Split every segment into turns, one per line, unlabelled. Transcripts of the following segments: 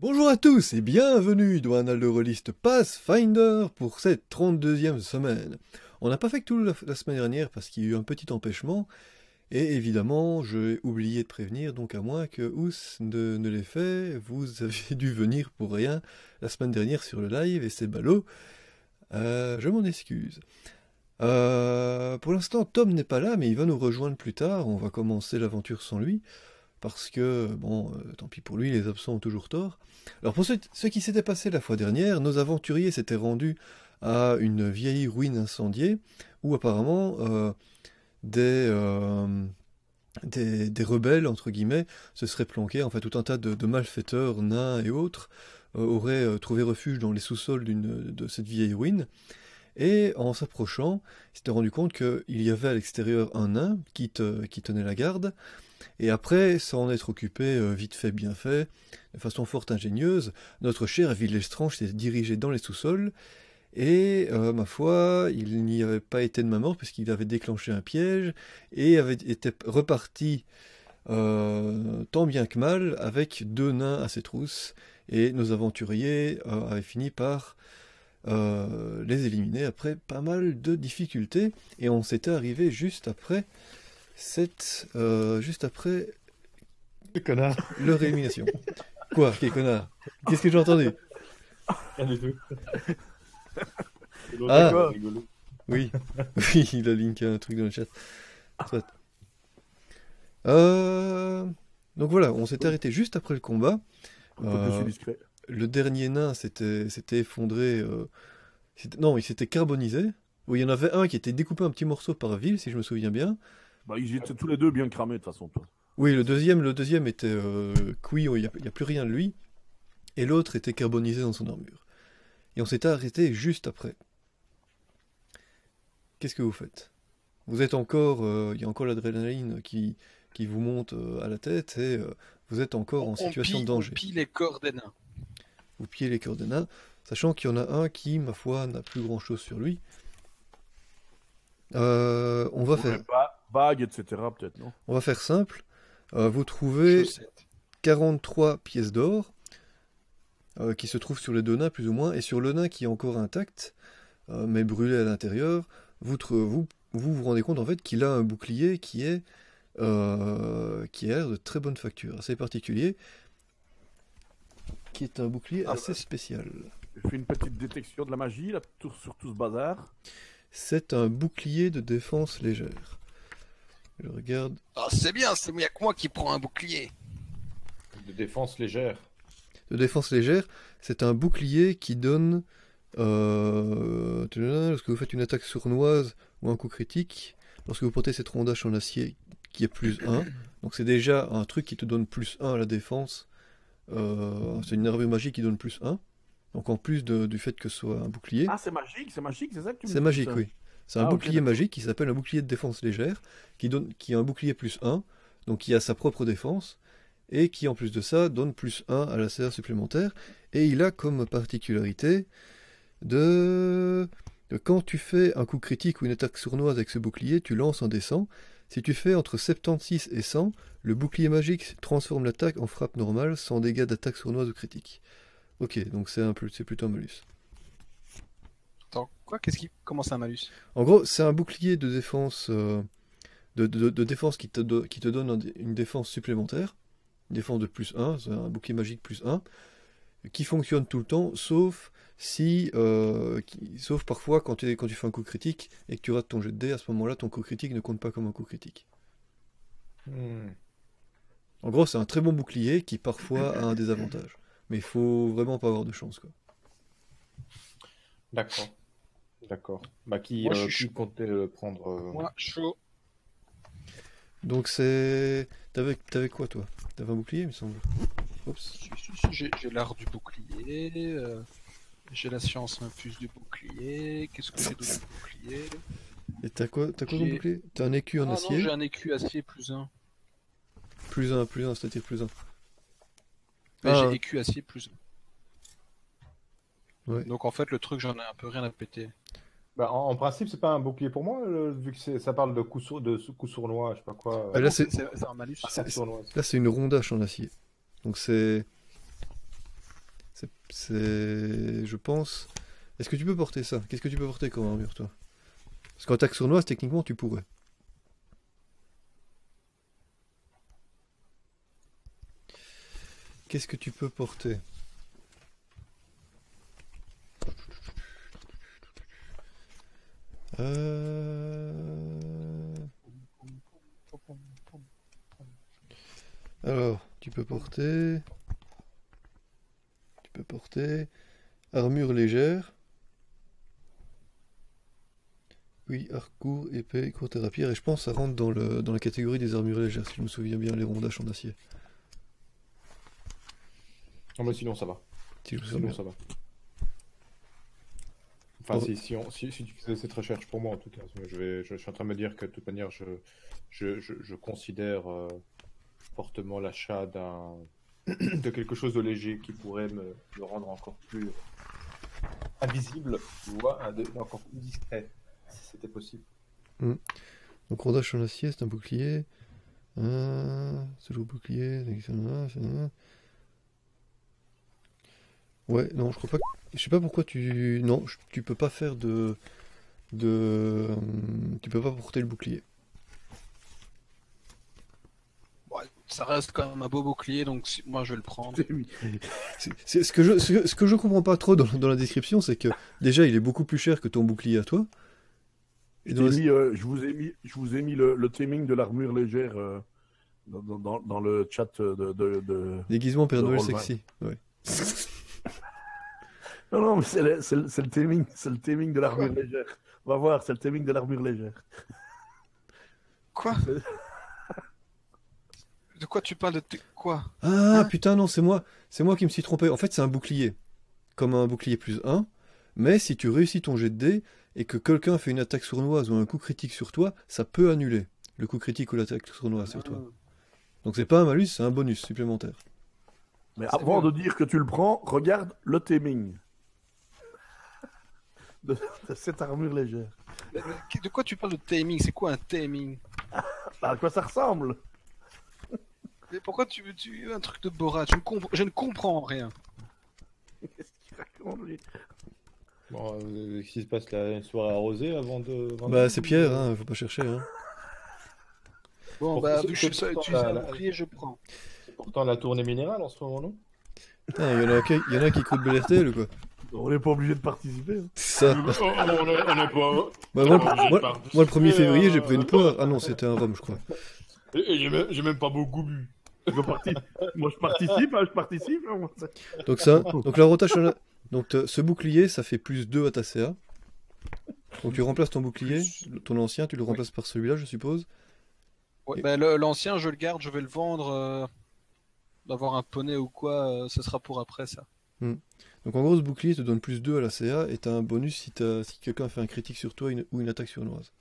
Bonjour à tous et bienvenue dans un Roliste Pathfinder pour cette 32e semaine. On n'a pas fait que tout la, la semaine dernière parce qu'il y a eu un petit empêchement et évidemment j'ai oublié de prévenir donc à moins que Ous ne, ne l'ait fait, vous avez dû venir pour rien la semaine dernière sur le live et c'est ballot. Euh, je m'en excuse. Euh, pour l'instant Tom n'est pas là mais il va nous rejoindre plus tard, on va commencer l'aventure sans lui parce que, bon, euh, tant pis pour lui, les absents ont toujours tort. Alors pour ce, ce qui s'était passé la fois dernière, nos aventuriers s'étaient rendus à une vieille ruine incendiée, où apparemment euh, des, euh, des, des rebelles, entre guillemets, se seraient planqués, en fait tout un tas de, de malfaiteurs, nains et autres, euh, auraient trouvé refuge dans les sous-sols de cette vieille ruine. Et en s'approchant, il s'était rendu compte qu'il y avait à l'extérieur un nain qui, te, qui tenait la garde, et après, s'en être occupé euh, vite fait, bien fait, de façon fort ingénieuse, notre cher Villestrange s'est dirigé dans les sous-sols, et euh, ma foi, il n'y avait pas été de ma mort, puisqu'il avait déclenché un piège, et avait été reparti euh, tant bien que mal, avec deux nains à ses trousses, et nos aventuriers euh, avaient fini par euh, les éliminer après pas mal de difficultés, et on s'était arrivé juste après c'est euh, juste après
Quel connard.
leur élimination. Quoi, quel connard Qu'est-ce que j'ai entendu
Rien du tout.
Ah. Oui, oui, il a linké un truc dans le chat. Soit. Euh, Donc voilà, on s'est arrêté juste après le combat. Euh, le dernier nain s'était s'était effondré. c'était- Non, il s'était carbonisé. Oui, il y en avait un qui était découpé un petit morceau par ville, si je me souviens bien.
Bah, ils étaient tous les deux bien cramés de toute façon. Toi.
Oui, le deuxième, le deuxième était euh, cuit, il n'y a, il y a plus rien de lui. Et l'autre était carbonisé dans son armure. Et on s'était arrêté juste après. Qu'est-ce que vous faites Vous êtes encore. euh, Il y a encore l'adrénaline qui, qui vous monte euh, à la tête et euh, vous êtes encore en situation
pille,
de danger.
On pille les corps des nains.
Vous pillez les coordonnées, sachant qu'il y en a un qui, ma foi, n'a plus grand-chose sur lui. Euh, on, va faire,
Ouais, ba- bagues, etc. Peut-être, non
on va faire simple. Euh, vous trouvez.
Chaussettes.
43 pièces d'or euh, qui se trouvent sur les deux nains plus ou moins et sur le nain qui est encore intact euh, mais brûlé à l'intérieur vous, tre- vous vous vous rendez compte en fait qu'il a un bouclier qui est euh, qui est de très bonne facture assez particulier qui est un bouclier
Ah,
assez spécial
Je fais une petite détection de la magie là, tout- sur tout ce bazar.
c'est un bouclier de défense légère je regarde
Ah, c'est bien, c'est il y a que moi qui prends un bouclier.
De défense légère.
de défense légère, c'est un bouclier qui donne. Euh, tadadam, lorsque vous faites une attaque sournoise ou un coup critique, lorsque vous portez cette rondage en acier qui est plus 1, donc c'est déjà un truc qui te donne plus 1 à la défense. euh, c'est une armure magique qui donne plus 1. Donc en plus de- du fait que ce soit un bouclier,
Ah, c'est magique, c'est magique, c'est ça que tu me
c'est
dis,
magique,
ça
oui. C'est un
Ah, ok,
bouclier
d'accord.
magique qui s'appelle un bouclier de défense légère, qui, donne, qui a un bouclier plus 1, donc qui a sa propre défense, et qui en plus de ça donne plus 1 à la CR supplémentaire. Et il a comme particularité de... de quand tu fais un coup critique ou une attaque sournoise avec ce bouclier, tu lances un dessin. Si tu fais entre 76 et 100, le bouclier magique transforme l'attaque en frappe normale sans dégâts d'attaque sournoise ou critique. Ok, donc c'est un plus- c'est plutôt un malus.
Attends, quoi Qu'est-ce qui commence un malus
En gros, c'est un bouclier de défense, euh, de, de- de défense qui, te do- qui te donne un- une défense supplémentaire, une défense de plus 1, c'est un bouclier magique plus 1, qui fonctionne tout le temps, sauf si, euh, qui- sauf parfois quand tu, quand tu fais un coup critique et que tu rates ton jet de dé, à ce moment-là, ton coup critique ne compte pas comme un coup critique.
Hmm.
En gros, c'est un très bon bouclier qui parfois a un désavantage. Mais il faut vraiment pas avoir de chance. Quoi.
D'accord. D'accord. Bah, qui,
Moi, je
euh,
suis
qui comptait le prendre euh,
Moi, chaud.
Donc c'est... T'avais t'avais quoi toi T'avais un bouclier, il me semble. Oups.
Si, si, si, J'ai j'ai l'art du bouclier. euh, J'ai la science infuse du bouclier. Qu'est-ce que j'ai d'autre du bouclier
Et t'as quoi, t'as quoi comme
J'ai-
bouclier T'as un écu
Ah
en
non,
acier
J'ai un écu acier plus 1.
Plus un, plus un, c'est-à-dire plus un. Ah.
J'ai écu acier plus 1.
Ouais.
Donc en fait, le truc, j'en ai un peu rien à péter.
Bah, en, en principe, c'est pas un bouclier pour moi, le- vu que c'est- ça parle de coup, sour- de sou- coup sournois, je sais pas quoi.
Ah,
euh,
là, c'est,
Ah, Euh, C'est c'est un malus.
attaque sournoise.
là, c'est une rondache en acier. Donc c'est. C'est- C'est. Je pense. Est-ce que tu peux porter ça Qu'est-ce que tu peux porter comme armure, toi Parce qu'en attaque sournoise, techniquement, tu pourrais. Qu'est-ce que tu peux porter Euh, Alors, tu peux porter. Tu peux porter. Armure légère. Oui, arc court, épée, courte et rapière. Et je pense que ça rentre dans, le, dans la catégorie des armures légères, si je me souviens bien, les rondages en acier.
Non, Ah, mais sinon, ça va.
Si je me souviens
Sinon,
bien.
ça va. Enfin,
Pour-
si, si, on- si, si tu faisais cette recherche pour moi, en tout cas, je, vais, je, suis en train de me dire que de toute manière, je, je, je, je considère euh, fortement l'achat d'un de quelque chose de léger qui pourrait me, me rendre encore plus invisible, tu vois, un de- encore plus discret, si c'était possible.
Donc rondage en acier, c'est un bouclier. Euh, c'est le bouclier. c'est- c'est- c'est- Ouais, non, je crois pas. que- Je sais pas pourquoi tu. Non, je- tu peux pas faire de. De. hum, Tu peux pas porter le bouclier.
Ouais, ça reste quand même un beau bouclier, donc si- moi je vais le prendre.
C'est- c'est- ce, que je, ce, que- ce que je comprends pas trop dans, dans la description, c'est que déjà il est beaucoup plus cher que ton bouclier à toi. Et
Je,
dans la-
t'ai mis, euh, je vous ai mis, je vous ai mis le, le timing de l'armure légère euh, dans, dans- dans- dans le chat euh, de, de- de-
Déguisement Père
Le
Noël
Rollback.
sexy. Ouais.
Non, non, mais c'est le, c'est le- c'est le timing, c'est le timing de l'armure légère. On va voir, c'est le timing de l'armure légère.
Quoi De quoi tu parles de t- quoi
Ah putain non, c'est moi, c'est moi qui me suis trompé. En fait, c'est un bouclier, comme un bouclier plus 1, mais si tu réussis ton jet de dés et que quelqu'un fait une attaque sournoise ou un coup critique sur toi, ça peut annuler le coup critique ou l'attaque sournoise sur Ah,
Ah.
toi. Donc c'est pas un malus, c'est un bonus supplémentaire.
Mais
C'est
avant
bien.
de dire que tu le prends, regarde le timing de, de cette armure légère.
Mais- mais De quoi tu parles de timing C'est quoi un timing
À quoi ça ressemble
Mais pourquoi tu, tu un truc de Borat je ne, compre- je ne comprends rien.
Qu'est-ce qu'il raconte lui
Bon, euh, qu'est-ce qui se passe là Une soirée arrosée avant de. avant
Bah
de-
c'est Pierre, hein, faut pas chercher. Hein.
Bon,
Pour-
bah,
c'est-
vu que je
c'est
suis seul à
pourtant
utiliser
la-
un
la-
bouclier, je prends.
C'est pourtant la tournée minérale en ce moment, non
Putain, il y en a qui, il y en a qui écoutent Bel RTL ou quoi
On n'est pas obligé de participer. hein.
C'est ça.
Oh, on n'est pas.
Bah, moi,
Ah,
le- moi- moi, le 1er février, j'ai pris
euh,
une poire. Ah non, c'était un rhum, je crois.
Et, et j'ai même, j'ai même pas beaucoup bu.
Je participe. Moi, je participe, hein, je participe. hein, moi.
Donc ça, donc l'avantage, on a- donc te- ce bouclier, ça fait plus 2 à ta CA. Donc tu remplaces ton bouclier, ton ancien, tu le remplaces par celui-là, je suppose.
Ouais,
Et-
bah, le- L'ancien, je le garde, je vais le vendre. euh, D'avoir un poney ou quoi, euh, ce sera pour après ça.
Donc en gros, ce bouclier te donne plus 2 à la CA et t'as un bonus si, t'as- si quelqu'un fait un critique sur toi une- ou une attaque sournoise.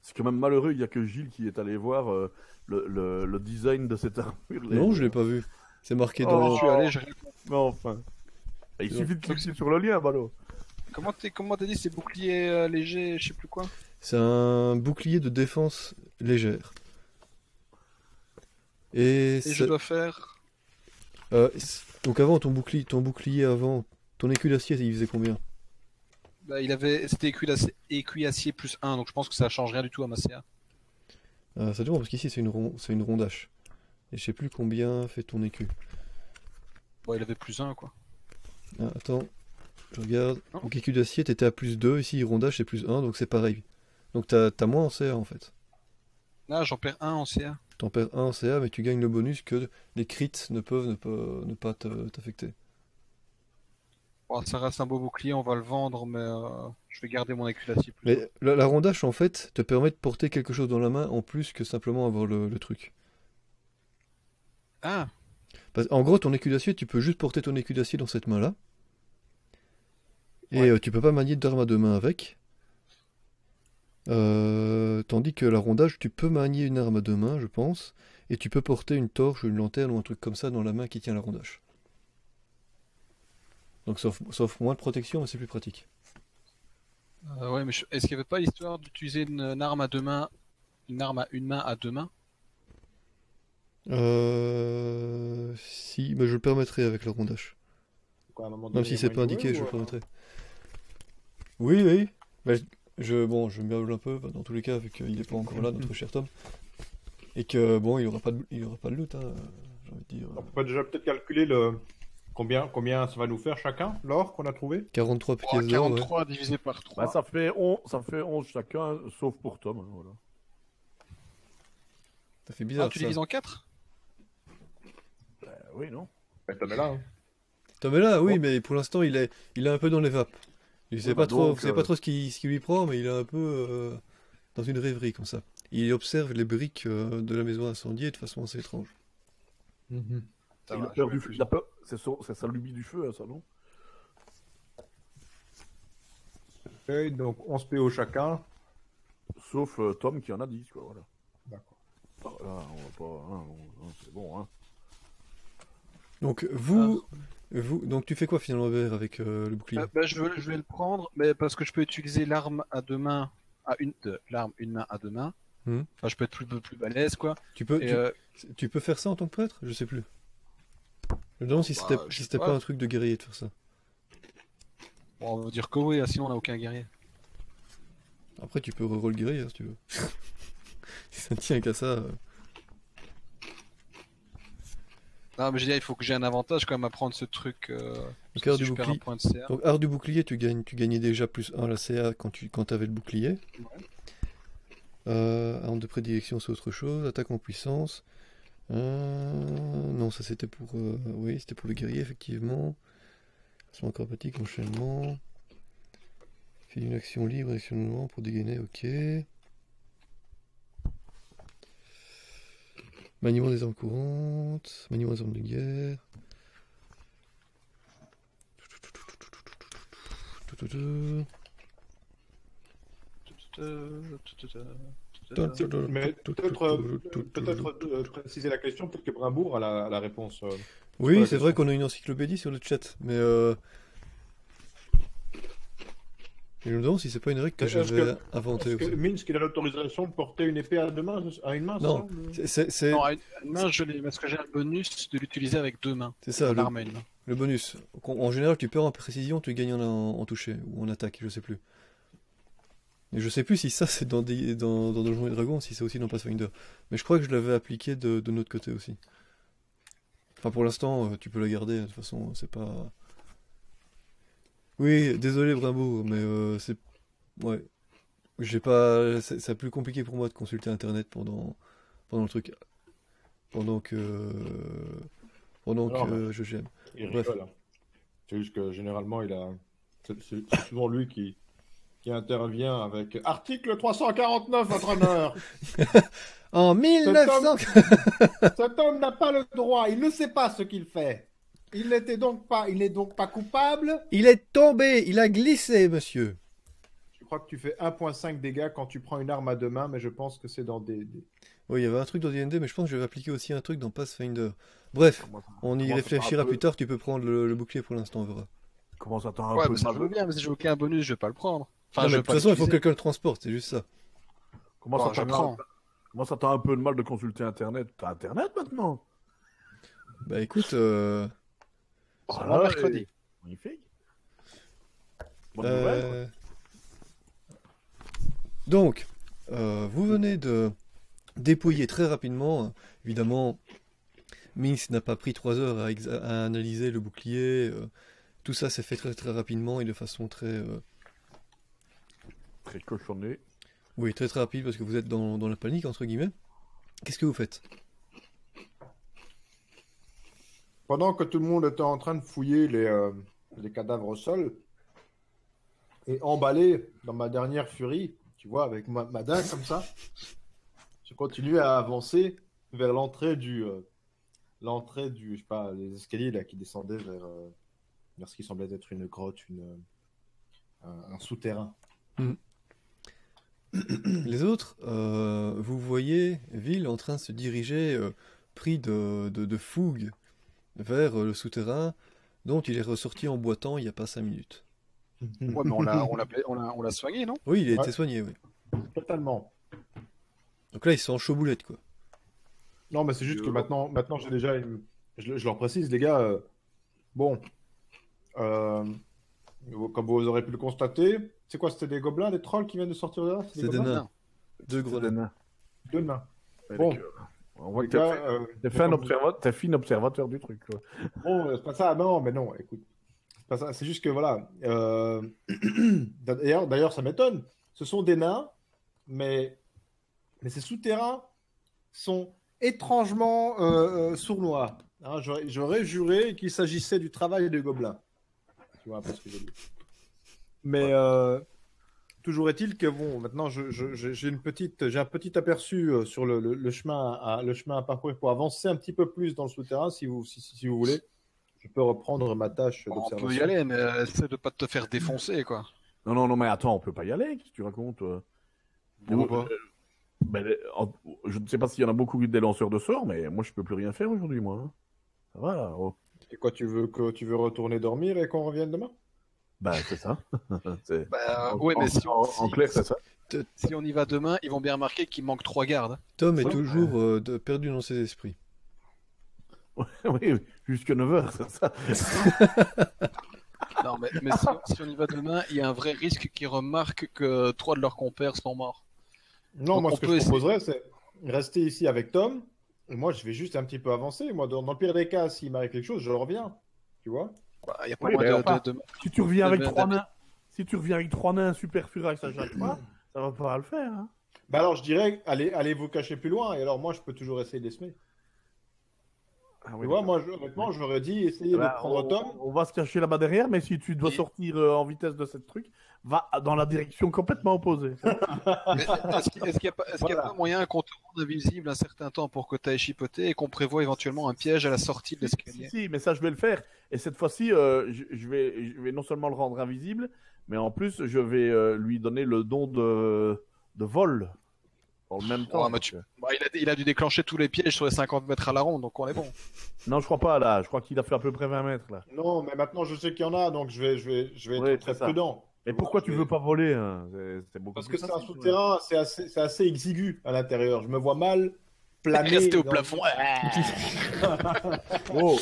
C'est quand même malheureux, il n'y a que Gilles qui est allé voir euh, le, le- le design de cette armure.
Non, je l'ai pas vu. C'est marqué dans.
Oh.
Je suis allé, je-
Mais enfin. Et Il
Non.
suffit de cliquer sur le lien, Balo.
Comment t'es- comment t'as dit c'est bouclier euh, léger, je sais plus quoi
C'est un bouclier de défense légère. Et,
Et
ça-
je dois faire.
euh, c'est- donc avant ton bouclier, ton bouclier avant, ton écu d'acier, il faisait combien
Bah, il avait, c'était écuillacier, écuillacier plus 1, donc je pense que ça change rien du tout à ma CA.
Euh, ça dépend parce qu'ici c'est une, ron- c'est une rondache. Et je sais plus combien fait ton écu.
Bon, il avait plus 1 quoi.
Ah, attends, je regarde.
Non.
Donc écu d'acier, t'étais à plus 2. Ici, rondage, c'est plus 1, donc c'est pareil. Donc t'as t'as moins en CA en fait.
Là, j'en perds 1 en CA.
T'en perds 1 en CA, mais tu gagnes le bonus que les crits ne peuvent ne, pas- ne pas te- t'affecter.
Bon, Oh, ça reste un beau bouclier, on va le vendre, mais euh, je vais garder mon écuillacier plus.
Mais la, la rondache, en fait, te permet de porter quelque chose dans la main en plus que simplement avoir le, le truc.
Ah,
Parce- en gros, ton écu d'acier, tu peux juste porter ton écu d'acier dans cette main-là. Et
Ouais.
euh, tu peux pas manier d'arme à deux mains avec. Euh, tandis que la rondage, tu peux manier une arme à deux mains, je pense. Et tu peux porter une torche, une lanterne ou un truc comme ça dans la main qui tient la rondage. Donc ça offre, ça offre moins de protection, mais c'est plus pratique.
euh, ouais, mais je- est-ce qu'il n'y avait pas l'histoire d'utiliser une, une arme à deux mains, une arme à une main à deux mains
Euh, Si, mais je le permettrai avec la rondage.
quoi, à un moment
Même
donné,
si
il euh, y a
c'est pas
moyen de-
indiqué,
Ouais,
je
ouais.
permettrai. Oui, oui. Mais je, je- bon, je miaule un peu, bah, dans tous les cas, vu qu'il est pas encore là, notre cher Tom. Et que, bon, il aura pas de, il aura pas de loot, hein, j'ai envie de dire.
On peut pas déjà peut-être calculer le... combien, combien ça va nous faire chacun, l'or qu'on a trouvé
43 pièces
Oh,
d'or, ouais.
43 divisé par 3.
Bah, ça, fait 11, ça fait 11 chacun, sauf pour Tom. hein, voilà.
Ça fait
Ah,
bizarre,
tu
ça.
divises en 4
Euh, oui, non
Ben, t'en es là, hein.
Tom est là, oui,
Oh.
mais pour l'instant, il est, il est un peu dans les vapes. Il sait
bah
pas trop,
donc,
sait
euh,
pas trop ce qui, ce qui lui prend, mais il est un peu euh, dans une rêverie comme ça. Il observe les briques euh, de la maison incendiée de façon assez étrange. Mhm.
Ça
Il
va,
a peur
je vais
du
plus.
feu. il a peur- C'est son- c'est sa lubie du feu, hein, ça, non
Ok, donc 11 PO chacun.
Sauf euh, Tom qui en a 10, quoi, voilà.
D'accord.
Voilà, on va pas... hein, on- hein, c'est bon, hein.
Donc vous, vous, donc tu fais quoi finalement Robert, avec euh, le bouclier
Euh, bah, je, veux- je vais le prendre, mais parce que je peux utiliser l'arme à deux mains, à une, euh, l'arme une main à deux mains.
Mhm.
Enfin, je peux être plus, plus balèze, quoi.
Tu peux,
Et,
tu,
euh,
tu peux faire ça en tant que prêtre Je sais plus. Je me demande si
Bah,
c'était
je
si
sais
c'était
pas.
pas un truc de guerrier de faire ça.
bon, on va dire que oui, hein, sinon on n'a aucun guerrier.
Après tu peux reroll guerrier hein, si tu veux. si ça ne tient qu'à ça. euh.
Non, mais je veux dire, il faut que j'ai un avantage quand même à prendre ce truc. Euh, parce
cœur
que si
du
je perds un
bouclier.
point de CA.
Donc art du bouclier, tu gagnes, tu gagnais déjà plus 1 la CA quand tu quand avais le bouclier. Euh, arme de prédilection c'est autre chose. Attaque en puissance. Euh, non ça c'était pour euh, oui c'était pour le guerrier effectivement. Sont acrobatique, enchaînement. Fait une action libre, action de mouvement pour dégainer, ok. Maniement des armes courantes, maniement des armes de guerre.
Mais peut-être euh, peut-être, euh, préciser la question, peut-être que Brimbourg a la, la réponse. euh.
Oui,
la
c'est vrai qu'on a une encyclopédie sur le chat, mais euh... Et je me demande si c'est pas une règle que
Est-ce que-
j'avais inventée
Est-ce que
aussi.
Minsk, il a l'autorisation de porter une épée à, deux mains, à une main c'est
Non.
ça, ou-
C'est- C'est c'est-
Non, à une à une main, je l'ai, parce que j'ai un bonus de l'utiliser avec deux mains.
c'est ça, le,
L'arme à une main.
le bonus. Qu'on- En général, tu perds en précision, tu gagnes en, en toucher ou en attaque, je sais plus. Et je sais plus si ça c'est dans, des- dans, dans Donjons et Dragons, si c'est aussi dans Pathfinder. Mais je crois que je l'avais appliqué de, de notre côté aussi. Enfin, pour l'instant, euh, tu peux la garder, de toute façon, c'est pas. Oui, désolé Brimbourg, mais euh, c'est. Ouais. J'ai pas. C'est c'est plus compliqué pour moi de consulter internet pendant, pendant le truc. Pendant que. Pendant
Non,
que
mais-
euh, je gère.
Il
Bref.
rigole, hein. C'est juste que généralement, il a. C'est c'est- c'est souvent lui qui... qui intervient avec Article 349, votre honneur
En 1900
Cet homme n'a pas le droit, il ne sait pas ce qu'il fait. Il n'était donc pas, il n'est donc pas coupable.
Il est tombé, il a glissé, monsieur.
Je crois que tu fais 1.5 dégâts quand tu prends une arme à deux mains, mais je pense que c'est dans des. des-
Oui, il y avait un truc dans D&D, mais je pense que je vais appliquer aussi un truc dans Pathfinder. Bref,
Comment ça-
on y
Comment ça
réfléchira
parle
plus tard, tu peux prendre le, le bouclier pour l'instant, on verra.
Comment ça t'as un
Ouais,
peu
mais ça
de
je
mal-
veux bien, mais si j'ai aucun bonus, je vais pas le prendre. Enfin,
Non,
je
mais de
vais
toute
pas
façon, il faut que
l'utiliser.
quelqu'un le transporte, c'est juste ça.
Comment
Bah,
Bon,
ça
je
t'a
prends.
Comment ça t'a un peu de mal de consulter Internet T'as Internet maintenant
Bah écoute, euh,
Seulement mercredi.
et- Magnifique. Bonne
euh,
nouvelle.
Donc, euh, vous venez de dépouiller très rapidement. Évidemment, Minx n'a pas pris trois heures à, exa- à analyser le bouclier. euh, Tout ça s'est fait très très rapidement et de façon très... euh,
Très cochonné.
Oui, très très rapide parce que vous êtes dans, dans la panique, entre guillemets. Qu'est-ce que vous faites
Pendant que tout le monde était en train de fouiller les, euh, les cadavres au sol et emballé dans ma dernière furie, tu vois, avec ma, ma dague comme ça, je continue à avancer vers l'entrée du euh, l'entrée du je sais pas les escaliers là qui descendaient vers, euh, vers ce qui semblait être une grotte, une euh, un, un souterrain.
Les autres, euh, vous voyez Ville en train de se diriger, euh, pris de, de- de fougue, vers euh, le souterrain, dont il est ressorti en boitant il n'y a pas cinq minutes.
Ouais, mais on l'a, on l'a, on l'a, on l'a soigné, non
Oui, il a
Ouais.
été soigné, oui.
Totalement.
Donc là, ils sont en chauboulette, quoi.
Non, mais c'est juste que
Violent.
maintenant, maintenant j'ai déjà une... je, le- je leur précise, les gars, euh, bon, Euh, comme vous aurez pu le constater, c'est quoi C'était des gobelins, des trolls qui viennent de sortir de là
C'est des
gobelins
nains. Deux gros nains.
Deux nains.
Bon.
Bon.
euh, On voit
Les
que t'es,
gars, euh,
t'es fin observateur, t'es fin observateur du truc. quoi.
Bon, euh, c'est pas ça, non, mais non, écoute. C'est pas ça, c'est juste que voilà. euh, D'ailleurs, d'ailleurs, ça m'étonne. Ce sont des nains, mais, mais ces souterrains sont étrangement euh, euh, sournois. Hein, J'aurais j'aurais juré qu'il s'agissait du travail des gobelins. Tu vois un peu ce que je veux dire. Mais euh, toujours est-il que bon, maintenant je- je- je- j'ai une petite, j'ai un petit aperçu euh, sur le, le- le chemin à le chemin à parcourir pour avancer un petit peu plus dans le souterrain, si vous si, si- si vous voulez. Je peux reprendre ma tâche
on
d'observation.
peut y aller, mais euh, essaie de pas te faire défoncer, quoi.
Non, non, non, mais attends, on peut pas y aller, qu'est-ce que tu racontes euh Nous,
Pourquoi
euh, ben, euh, en- Je ne sais pas s'il y en a beaucoup qui sont des lanceurs de sorts, mais moi, je peux plus rien faire aujourd'hui, moi. hein. Ça va, là oh.
Et quoi, tu veux que tu veux retourner dormir et qu'on revienne demain
Ben, c'est ça. C'est-
Bah,
en,
ouais, mais
en-
si on,
en-
si-
en clair, c'est ça.
si on y va demain, ils vont bien remarquer qu'il manque trois gardes.
Tom est
Ouais.
toujours euh, de- perdu dans ses esprits.
oui, jusqu'à 9h, c'est ça.
Non, mais, mais si, on- si on y va demain, il y a un vrai risque qu'ils remarquent que trois de leurs compères sont morts.
Non,
Donc,
moi,
on
ce que
peut
je
essayer.
proposerais, c'est rester ici avec Tom. Et moi, je vais juste un petit peu avancer. Moi, dans, dans le pire des cas, s'il m'arrive quelque chose, je reviens. Tu vois
Bah, Il y a pas
Oui,
moyen
mais
de,
enfin,
de- de-
Si tu reviens avec
Euh,
trois
ben,
nains, si tu reviens avec trois nains super furax à chaque fois, ça va pas le faire. hein.
Bah alors, je dirais, allez, allez vous cacher plus loin. Et alors, moi, je peux toujours essayer de les semer. tu vois, moi, je, honnêtement, j'aurais dit, essayez
Bah,
de prendre
on,
Tom.
on va se cacher là-bas derrière, mais si tu dois
Et-
sortir euh, en vitesse de cette truc, va dans la direction complètement opposée.
Mais Est-ce qu'il est-ce qu'il y a pas, est-ce qu'il y a
Voilà.
pas moyen qu'on te rende invisible un certain temps pour que tu ailles chipoter et qu'on prévoit éventuellement un piège à la sortie de
si,
l'escalier
si, mais ça, je vais le faire. Et cette fois-ci, euh, je, je vais, je vais non seulement le rendre invisible, mais en plus, je vais euh, lui donner le don de, de vol. En même temps.
mais tu-
donc,
Bah, il, a, il a dû déclencher tous les pièges sur les 50 mètres à la ronde, donc on est bon.
euh, Non, je crois pas, là. Je crois qu'il a fait à peu près 20 mètres, là.
Non, mais maintenant, je sais qu'il y en a, donc je vais, je vais, je vais
Ouais,
être
c'est
très
ça.
prudent.
Et
vois,
pourquoi
je
tu
vais-
veux pas voler hein C'est- C'est beaucoup
Parce
plus
que c'est un
facile, ouais.
souterrain, c'est assez, c'est assez exigu à l'intérieur. Je me vois mal planer.
Rester au
dans-
plafond.
Oh,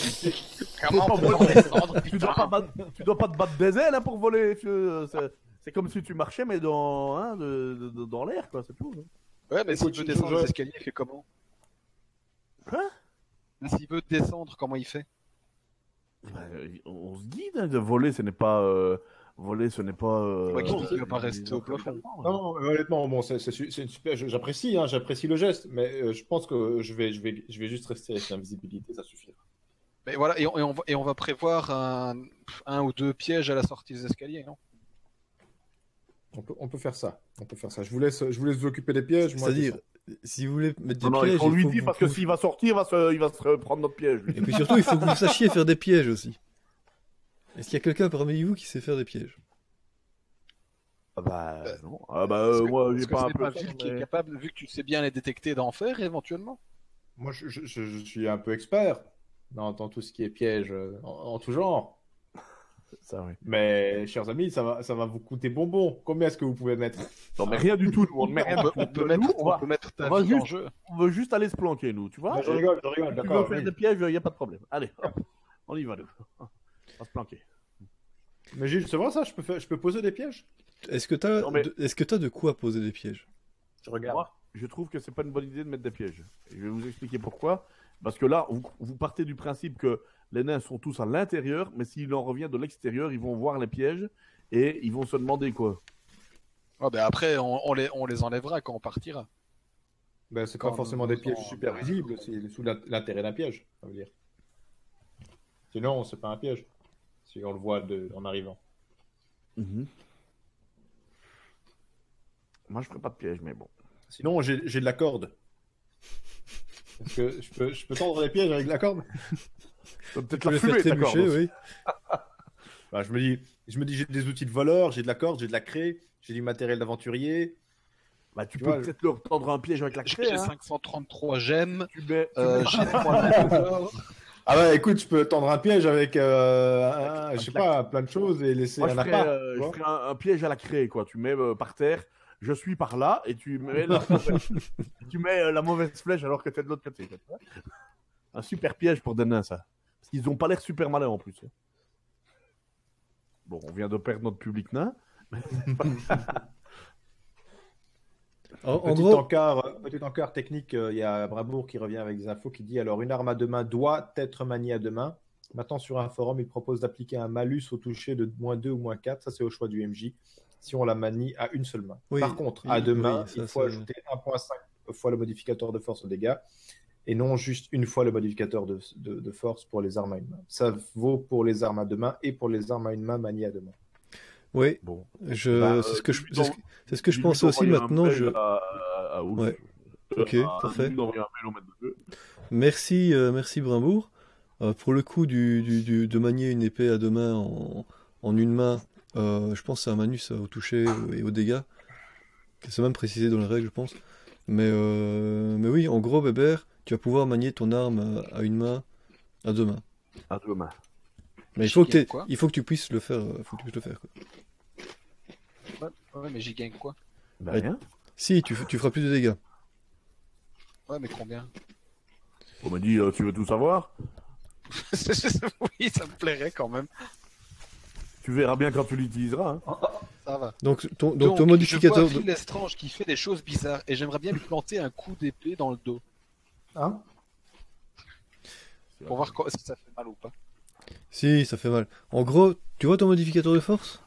Comment
on peut
descendre
tu, dois pas battre- tu dois pas te battre des ailes hein, pour voler. tu- euh, C'est c'est comme si tu marchais, mais dans, hein, de- de- de- dans l'air, quoi. C'est tout. hein.
Ouais, mais s'il
Écoute,
veut
je-
descendre
je-
les escaliers, il fait comment
Hein
S'il veut descendre, comment il fait
Bah, euh, on on se guide. hein, de voler, ce n'est pas. euh, voler, ce n'est pas. euh,
Moi qui
dis,
il va pas rester au plafond.
Non, non, mais honnêtement, bon, c'est c'est su- c'est une super. je- J'apprécie, hein, j'apprécie le geste, mais euh, je pense que je vais, je vais, je vais juste rester avec l'invisibilité, ça suffira.
Mais voilà, et on, et on va- et on va prévoir un, un ou deux pièges à la sortie des escaliers, non
On peut, on peut faire ça. On peut faire ça. Je vous laisse, je vous laisse vous occuper des pièges. moi,
C'est-à-dire, si vous voulez mettre des
Non, non,
pièges,
on
il
lui
faut
dit
vous-
parce que s'il va sortir, il va se, il va se prendre notre piège. lui.
Et puis surtout, il faut que vous sachiez faire des pièges aussi. Est-ce qu'il y a quelqu'un parmi vous qui sait faire des pièges
Ah bah
Euh,
non. Ah bah euh,
Parce que-
moi
parce
j'ai
que
pas un
c'est pas
peu.
Ville
ça,
qui est
mais-
capable, vu que tu sais bien les détecter, d'en faire éventuellement.
Moi, je, je- je- je suis un peu expert dans, dans tout ce qui est piège euh, en, en tout genre.
Ça, oui.
Mais, chers amis, ça va, ça va vous coûter bonbon. Combien est-ce que vous pouvez mettre
Non mais rien du tout. Nous, on, ne met rien
On peut,
du
on
tout.
peut
Nous,
mettre,
on,
Bah, on
va-
peut mettre ta
on va
vie en
juste-
jeu.
on veut juste aller se planquer nous, tu vois.
Je rigole, je rigole,
Si tu veux
d'accord.
faire
oui.
des pièges, il n'y a pas de problème. Allez, hop, on y va nous. On va se planquer.
Mais Gilles, c'est vrai ça Je peux, faire- je peux poser des pièges
Est-ce que t'as
Non, mais-
de... est-ce que t'as de quoi poser des pièges
Je regarde.
Moi, je trouve que c'est pas une bonne idée de mettre des pièges. Et je vais vous expliquer pourquoi. Parce que là, vous, vous partez du principe que les nains sont tous à l'intérieur, mais s'il en revient de l'extérieur, ils vont voir les pièges et ils vont se demander quoi.
Ouais, ben après, on, on les, on les enlèvera quand on partira.
Ben, c'est pas
Quand
forcément
nous
des pièges
en-
super visibles, c'est sous l'int- l'intérêt d'un piège, ça veut dire. Sinon, c'est pas un piège, si on le voit de- en arrivant.
Mhm. Moi, je ferai pas de piège, mais bon.
Sinon, j'ai j'ai de la corde. Est-ce que je peux, je peux tendre les pièges avec de la corde
Peut-être
Tu
la
les fais
fumée, d'accord.
trébucher, oui.
Ben, Je me dis, je me dis, j'ai des outils de voleur, j'ai de la corde, j'ai de la craie, j'ai du matériel d'aventurier.
Bah, tu
Tu
peux
vois,
peut-être leur tendre un piège avec la craie.
J'ai
hein.
533 gemmes,
Tu mets- tu
euh,
mets-
j'ai 3 nains de corps.
Ah bah écoute, je peux tendre un piège avec, euh, un- je sais pas, plein de choses et laisser
Moi, je
un
ferais,
appât.
euh,
tu
je
vois.
ferais un, un piège à la craie, quoi. Tu mets euh, par terre, je suis par là, et tu mets la mauvaise, tu mets, euh, la mauvaise flèche alors que t'es de l'autre côté. quoi, tu vois. Un super piège pour des nains, ça. Parce qu'ils ont pas l'air super malins en plus. hein. Bon, on vient de perdre notre public nain.
En, en
Petit,
gros,
encart, euh, petit encart technique, euh, il y a Brabourg qui revient avec des infos qui dit alors une arme à deux mains doit être maniée à deux mains. Maintenant, sur un forum, il propose d'appliquer un malus au toucher de moins 2 ou moins 4. Ça, c'est au choix du MJ si on la manie à une seule main.
Oui,
Par contre,
oui,
à deux
oui,
mains,
ça,
il faut
c'est-
ajouter 1.5 fois le modificateur de force au dégât et non juste une fois le modificateur de, de- de force pour les armes à une main. Ça vaut pour les armes à deux mains et pour les armes à une main maniées à deux mains.
oui,
Bon.
je-
Bah,
c'est
euh,
ce que je,
dis
c'est ce
donc-
que- c'est ce que je
Dis-lui
pensais aussi
d'envoyer un
maintenant.
mail
Je...
à- à- à Wolf.
Ouais.
Euh,
Ok,
à-
parfait.
dis-lui d'envoyer un mail au maître de jeu.
Merci, euh, merci Brimbourg. Euh, pour le coup du, du- du- de manier une épée à deux mains en, en une main, euh, je pense que c'est un manus euh, au toucher et aux dégâts. C'est même précisé dans la règle, je pense. Mais, euh, mais oui, en gros, Bébert, tu vas pouvoir manier ton arme euh, à, à une main, à deux mains.
À deux mains.
Mais il faut que,
J'y gagne
t'aies-
quoi
il faut que tu puisses le faire. euh, faut que tu puisses le faire quoi.
Ouais, mais j'y gagne quoi
Bah,
Ouais.
rien.
Si, tu, f- tu feras plus de dégâts.
Ouais, mais combien
On m'a dit, euh, tu veux tout savoir
Oui, ça me plairait quand même.
Tu verras bien quand tu l'utiliseras. hein.
Ça va.
Donc ton, donc, ton modificateur.
Je vois Phil Estrange qui fait des choses bizarres et j'aimerais bien lui planter un coup d'épée dans le dos
Hein
pour voir quoi- si ça fait mal ou pas.
Si, ça fait mal. En gros, tu vois ton modificateur de force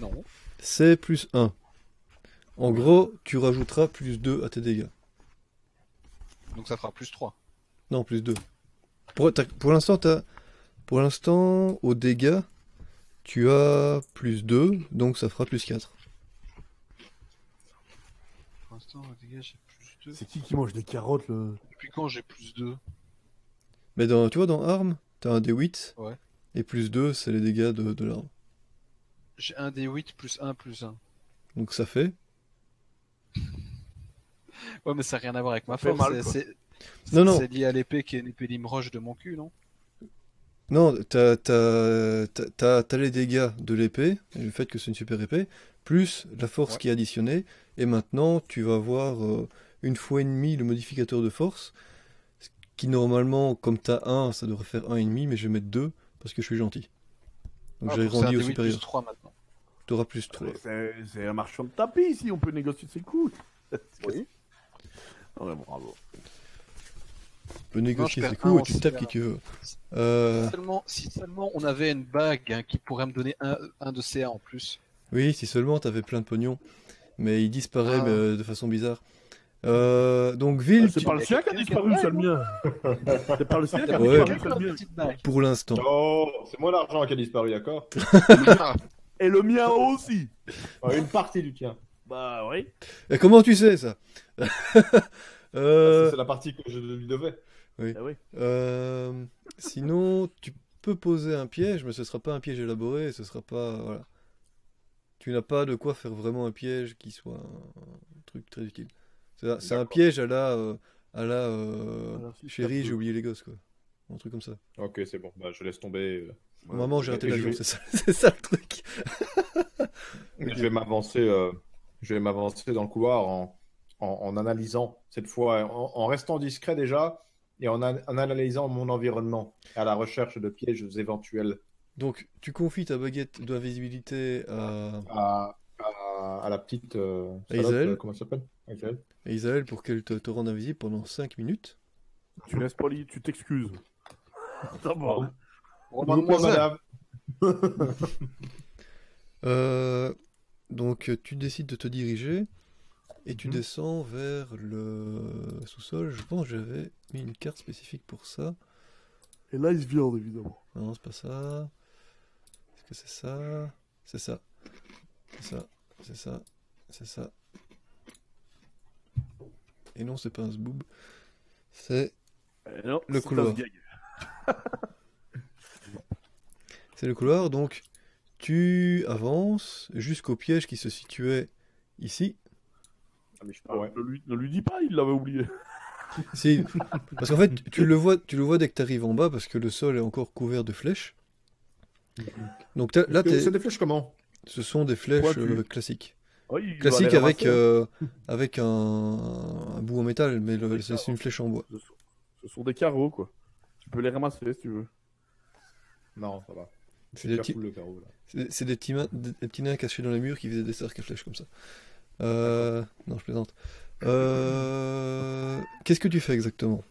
Non.
C'est plus 1. En gros, tu rajouteras plus 2 à tes dégâts.
Donc ça fera plus 3.
Non, plus 2. Pour, t'as- pour l'instant, t'as- pour l'instant, aux dégâts, tu as plus 2, donc ça fera plus 4.
Pour l'instant, les gars, j'ai plus 2.
C'est qui qui mange des carottes le...
Depuis quand j'ai plus 2
Mais dans, tu vois, dans arme, t'as un D8.
Ouais.
Et plus 2, c'est les dégâts de, de l'arme.
J'ai 1 des 8 plus 1 plus 1.
Donc ça fait.
Ouais, mais ça n'a rien à voir avec ma
fait
force.
mal, quoi.
c'est- c'est-
Non, non.
C'est lié à l'épée qui est une épée limroche de mon cul, non
Non, t'as t'as- t'as- t'as- t'as les dégâts de l'épée, et le fait que c'est une super épée, plus la force
Ouais.
qui est additionnée, et maintenant tu vas avoir euh, une fois et demi le modificateur de force, ce qui normalement, comme t'as 1, ça devrait faire 1,5, mais je vais mettre 2, parce que je suis gentil. Donc
Ah,
j'ai
donc c'est un
grandi au
D8 plus
supérieur.
3 maintenant.
T'auras plus 3.
C'est c'est un marchand de tapis ici, on peut négocier ses coûts. Oui. Ouais, bravo.
Tu peux négocier
perds
ses
un hein.
coups et
en
tu tapes qui
super.
tu veux. Euh,
Seulement, si seulement on avait une bague hein, qui pourrait me donner un, un de CA en plus.
Oui, si seulement t'avais plein de pognon, mais il disparaît
Ah.
mais, euh, de façon bizarre. Euh, donc Ville,
C'est
tu-
pas le sien qui a disparu, c'est le mien. C'est pas le sien qui a
Ouais.
disparu, c'est le mien.
Petite bague.
pour l'instant.
Oh, c'est moi l'argent qui a disparu, d'accord
Ah,
Et le mien aussi.
Enfin, Une partie du tien.
Bah oui.
Et Eh, comment tu sais ça
Ah,
Euh,
C'est la partie que je lui devais.
Ah oui.
euh, Sinon, tu peux poser un piège, mais ce sera pas un piège élaboré, ce sera pas voilà. Tu n'as pas de quoi faire vraiment un piège qui soit un, un truc très utile. C'est un- c'est un
D'accord.
piège à la euh, à la euh,
À la fiche
chérie,
à
j'ai
peu.
oublié les gosses quoi. Un truc comme ça.
Ok, c'est bon. Bah, je laisse tomber. euh,
Maman, j'ai
Et-
raté
et je
l'avion,
vais-
c'est ça, c'est ça le truc.
Je vais m'avancer. euh, je vais m'avancer dans le couloir en, en- en analysant cette fois, en, en restant discret déjà et en, an- en analysant mon environnement à la recherche de pièges éventuels
Donc, tu confies ta baguette d'invisibilité à
à, à- à la petite. euh,
À
salope,
Isaël.
euh, comment elle s'appelle Isaël.
à Isaël pour qu'elle te, te rende invisible pendant 5 minutes.
Tu laisses poli, tu t'excuses. Ah D'abord.
Oh,
Bonjour,
mademoiselle.
madame.
Euh, donc tu décides de te diriger et tu
Mhm.
descends vers le sous-sol. Je pense que j'avais mis une carte spécifique pour ça.
Et là, il se viande, évidemment.
Non, c'est pas ça. Est-ce que c'est ça? C'est ça. C'est ça. C'est ça. C'est ça. Et non, c'est pas un zboob. C'est
Eh non,
Le c'est couloir. un C'est le couloir, donc tu avances jusqu'au piège qui se situait ici.
Ah, mais je peux- ouais.
Ne, lui, ne lui dis pas, il l'avait oublié.
Si. Parce qu'en fait, tu le vois, tu le vois dès que tu arrives en bas parce que le sol est encore couvert de flèches. Donc t'as- là,
Parce que
t'es-
c'est des flèches comment
ce sont des flèches
Pointues.
euh, classiques.
Ouais, Oh, il
Classiques
va les
avec,
ramasser. hein.
euh, avec un, un bout en métal, mais le- c'est c'est une flèche en bois.
Ce sont- ce sont des carreaux, quoi. Tu peux les ramasser si tu veux.
Non, ça va.
des
C'est déjà
petits-
cool le carreau là.
C'est c'est des petits, mains- des- des petits nains cachés dans les murs qui faisaient des cercles à flèches comme ça. Euh, non, je plaisante. Euh, Qu'est-ce que tu fais exactement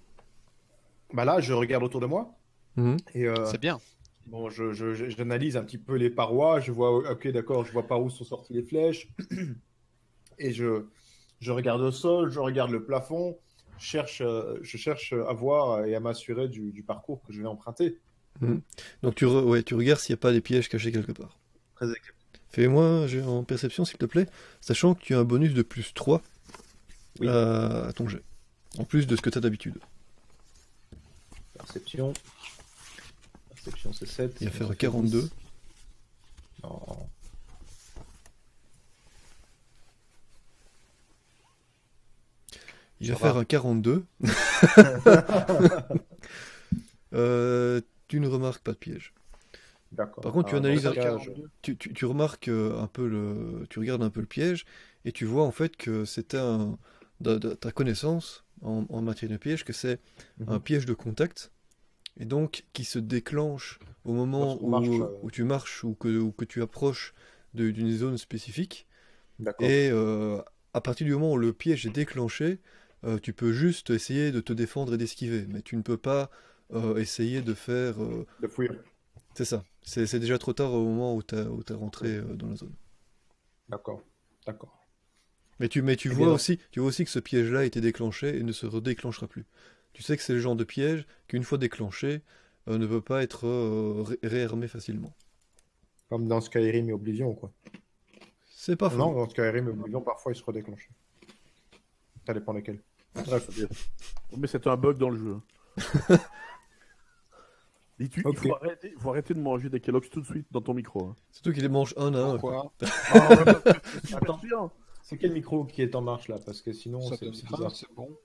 Bah là, je regarde autour de moi
Mhm.
et euh,
C'est bien.
bon, je- je- je- j'analyse un petit peu les parois. Je vois, ok, d'accord, je vois par où sont sorties les flèches. et je, je regarde le sol, je regarde le plafond. Je cherche, euh, je cherche à voir et à m'assurer du, du parcours que je vais emprunter.
Donc tu, re- ouais, tu regardes s'il n'y a pas des pièges cachés quelque part.
Très
Fais-moi j'ai en perception s'il te plaît, sachant que tu as un bonus de plus 3
Oui.
à ton jet. En plus de ce que tu as d'habitude.
Perception. Perception, c'est 7.
Il va faire 42.
Non.
Il va
Ça va.
faire un 42. Euh, tu ne remarques pas de piège.
D'accord.
Par contre, tu
Ah, dans
analyses
ce
un-
cas, je-
tu, tu- tu remarques euh, un peu le, tu regardes un peu le piège et tu vois en fait que c'était un, de- de- ta connaissance en, en matière de piège que c'est
Mhm.
un piège de contact et donc qui se déclenche au moment
Lorsqu'on
où,
marche, euh,
où tu marches ou que, ou que tu approches de- d'une zone spécifique
D'accord.
et euh, à partir du moment où le piège est déclenché, euh, tu peux juste essayer de te défendre et d'esquiver, mais tu ne peux pas euh, essayer de faire euh,
De fouiller.
c'est ça. C'est c'est déjà trop tard au moment où t'as où t'as rentré euh, dans la zone.
D'accord. D'accord.
Mais tu, mais tu
Eh
vois
bien.
aussi, tu vois aussi que ce piège-là a été déclenché et ne se redéclenchera plus. Tu sais que c'est le genre de piège qu'une fois déclenché, euh, ne peut pas être euh, ré- réarmé facilement.
Comme dans Skyrim et Oblivion, quoi.
C'est pas faux.
Non, dans Skyrim et Oblivion, parfois, il se redéclenche. Ça dépend lesquels. Bref.
Mais c'est un bug dans le jeu. Dis-tu,
Ok.
il faut arrêter, il faut arrêter de manger des Kellogg's tout de suite dans ton micro. hein.
Surtout qu'il les mange un à un.
Pourquoi
Attends, c'est quel micro qui est en marche là Parce que sinon,
Ça
c'est
donne
c'est
faim,
bizarre.
c'est bon.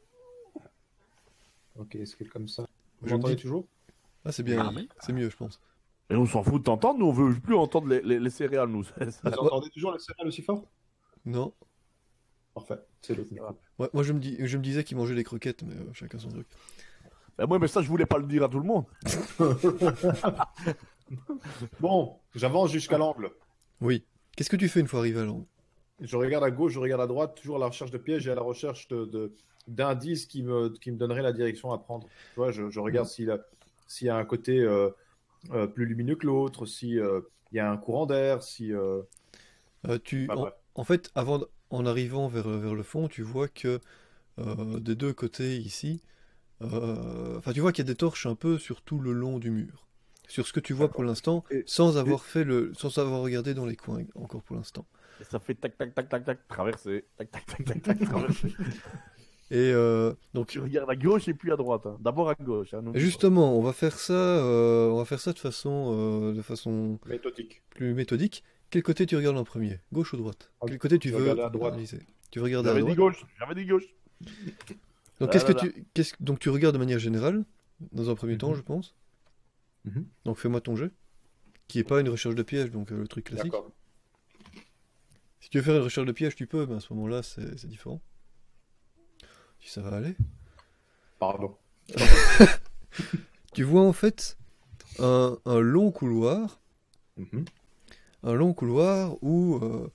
Ok, est-ce que comme ça Vous
Je me
m'entendez
dis-
toujours
Ah, c'est bien.
Oui.
C'est mieux, je pense.
Et on s'en fout de t'entendre, nous on veut plus entendre les, les- les céréales, nous. C'est- c'est-
Ah,
Vous entendez toujours le signal aussi fort
Non.
Parfait, c'est l'autre micro.
Ouais, moi, je me, dis, je me disais qu'il mangeait des croquettes, mais euh, chacun son truc.
Bah, moi, mais ça, je voulais pas le dire à tout le monde.
Bon, j'avance jusqu'à l'angle.
Oui. Qu'est-ce que tu fais une fois arrivé à l'angle
Je regarde à gauche, je regarde à droite, toujours à la recherche de pièges et à la recherche de, de- d'indices qui me, qui me donneraient la direction à prendre. Tu vois, je, je regarde s'il a- s'il y a un côté euh, euh, plus lumineux que l'autre, s'il y a un courant d'air, si... euh,
Euh, tu,
enfin,
en,
bref.
en fait, avant, d- en arrivant vers, vers le fond, tu vois que euh, des deux côtés ici, euh, enfin, tu vois qu'il y a des torches un peu sur tout le long du mur, sur ce que tu vois pour l'instant,
Et-
sans avoir fait le, sans avoir regardé dans les coins encore pour l'instant.
Et ça fait tac, tac, tac, tac, tac, traversé. Tac, tac, tac, tac, tac, traversé.
Et euh, donc,
Tu regardes à gauche et puis à droite. hein. D'abord à gauche. hein, nous.
et justement, on va faire ça, euh, on va faire ça de façon, euh, de façon
Méthodique.
plus méthodique. Quel côté tu regardes en premier, gauche ou droite?
Ah,
Quel côté tu
je
veux
regarde à droite.
analyser Tu veux regarder à
J'avais dit
droite?
gauche, j'avais dit gauche.
Donc
Ah
qu'est-ce que
là
tu qu'est-ce donc tu regardes de manière générale dans un premier temps, je pense.
Mhm.
Donc fais-moi ton jet qui est pas une recherche de piège donc euh, le truc classique.
D'accord.
Si tu veux faire une recherche de piège, tu peux mais à ce moment-là, c'est c'est différent. Si ça va aller.
Pardon.
Tu vois en fait un, un long couloir,
Mhm.
un long couloir où euh,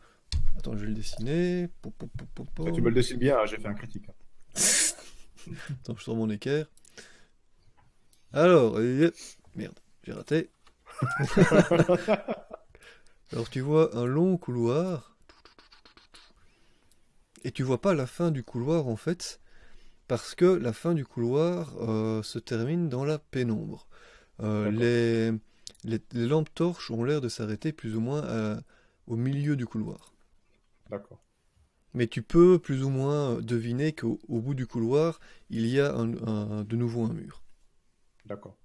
attends, je vais le dessiner. Pom, pom, pom, pom,
Ça,
pom.
Tu me le dessines bien, hein, j'ai fait un critique. hein.
Attends, je sors mon équerre. Alors, et- merde, j'ai raté. Alors tu vois un long couloir. Et tu vois pas la fin du couloir en fait, parce que la fin du couloir euh, se termine dans la pénombre. Euh, les, les, les lampes torches ont l'air de s'arrêter plus ou moins à- au milieu du couloir.
D'accord.
Mais tu peux plus ou moins euh, deviner qu'au au bout du couloir, il y a un- un- de nouveau un mur.
D'accord.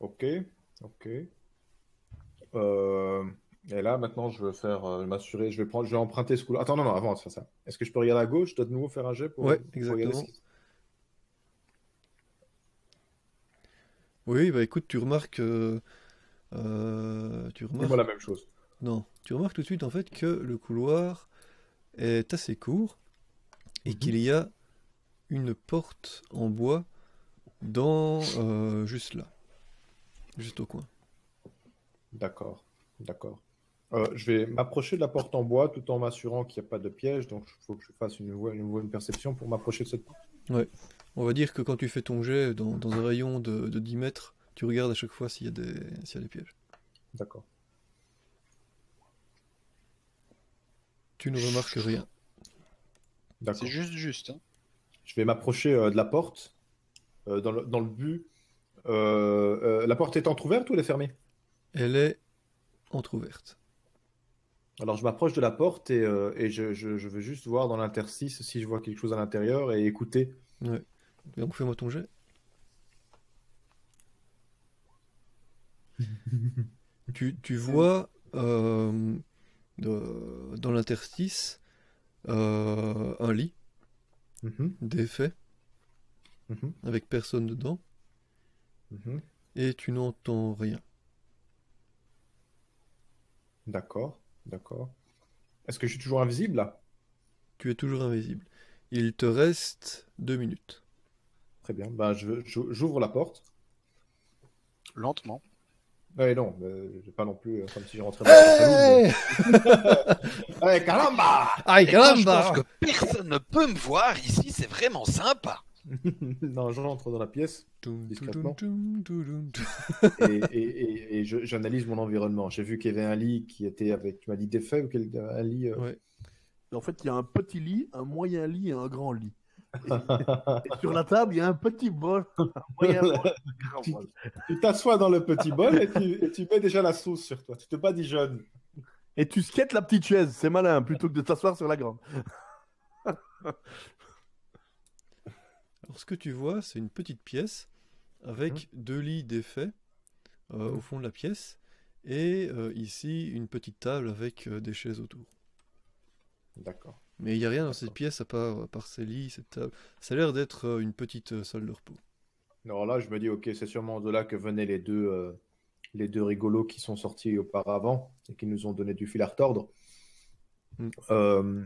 Ok, ok. Euh, et là, maintenant, je veux faire, euh, m'assurer, je vais prendre, je vais emprunter ce couloir. Attends, non, non, avant de faire ça. Est-ce que je peux regarder à gauche? Je dois de nouveau faire un jet pour,
Ouais,
pour regarder
exactement.
ce qui-
Oui, bah écoute, tu remarques, euh, euh, tu remarques,
Moi, la même chose.
non, tu remarques tout de suite en fait que le couloir est assez court et qu'il y a une porte en bois dans euh, juste là, juste au coin.
D'accord, d'accord. Euh, je vais m'approcher de la porte en bois tout en m'assurant qu'il n'y a pas de piège, donc il faut que je fasse une, voie- une, voie- une perception pour m'approcher de cette porte.
On va dire que quand tu fais ton jet dans, dans un rayon de, de 10 mètres, tu regardes à chaque fois s'il y, a des- s'il y a des pièges.
D'accord.
Tu ne remarques rien.
D'accord.
C'est juste juste. Hein.
Je vais m'approcher euh, de la porte euh, dans, le, dans le but. euh, euh, la porte est entrouverte ou elle est fermée
Elle est entr'ouverte.
Alors je m'approche de la porte et, euh, et je, je- je veux juste voir dans l'interstice si je vois quelque chose à l'intérieur et écouter.
Donc fais-moi ton jet. tu, tu vois euh, de- dans l'interstice euh, un lit
Mhm,
défait
mhm,
avec personne dedans
mhm.
et tu n'entends rien.
D'accord, d'accord. Est-ce que je suis toujours invisible là?
Tu es toujours invisible. Il te reste deux minutes.
Très bien. Ben, je, veux- je- j'ouvre la porte.
Lentement.
Ouais, non, euh, j'ai pas non plus euh, comme si je rentrais dans un salon, mais- Eh, caramba!
Aïe,
Et quand je pense que personne ne peut me voir ici, c'est vraiment sympa.
Non, je rentre dans la pièce Discrètement. et, et- et- et je- j'analyse mon environnement. J'ai vu qu'il y avait un lit qui était avec, tu m'as dit défait ou quel- un lit. euh,
En fait, il y a un petit lit, un moyen lit et un grand lit. Et sur la table, il y a un petit bol, un moyen bol, un grand bol.
Tu t'assois dans le petit bol et tu, et tu mets déjà la sauce sur toi. Tu te pas dit jeune.
Et tu skates la petite chaise, c'est malin, plutôt que de t'asseoir sur la grande.
Alors, ce que tu vois, c'est une petite pièce avec
Mhm.
deux lits défaits euh, au fond de la pièce et euh, ici une petite table avec euh, des chaises autour.
D'accord.
Mais il n'y a rien dans cette pièce à part, à part ces lits, cette table. Ça a l'air d'être euh, une petite euh, salle de repos.
Alors là, je me dis, ok, c'est sûrement de là que venaient les deux, euh, les deux rigolos qui sont sortis auparavant et qui nous ont donné du fil à retordre.
Mm.
Euh,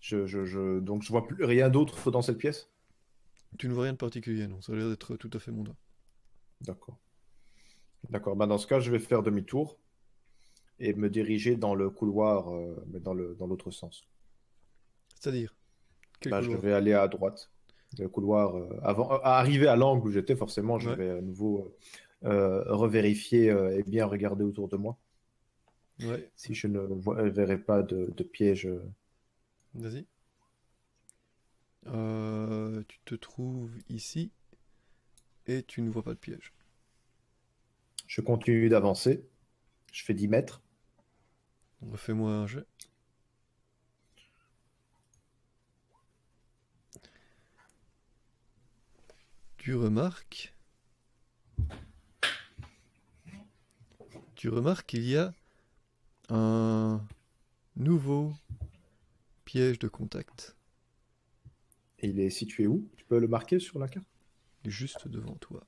je, je, je- donc, je vois plus rien d'autre dans cette pièce.
Tu ne vois rien de particulier, non. Ça a l'air d'être euh, tout à fait mondain.
D'accord. D'accord. Bah, dans ce cas, je vais faire demi-tour et me diriger dans le couloir, euh, mais dans le, dans l'autre sens.
C'est-à-dire quel
Là, Bah, je
couloir
vais aller à droite. Le couloir, euh, avant, euh, arrivé à l'angle où j'étais, forcément, je
Ouais.
vais à nouveau euh, revérifier euh, et bien regarder autour de moi
Ouais,
si je ne vois- euh, verrai pas de, de piège. euh.
vas-y. Euh, tu te trouves ici et tu ne vois pas de piège.
Je continue d'avancer. Je fais 10 mètres.
Refais-moi un jet. Tu remarques. Tu remarques qu'il y a un nouveau piège de contact
Et il est situé où? Tu peux le marquer sur la carte?
juste devant toi.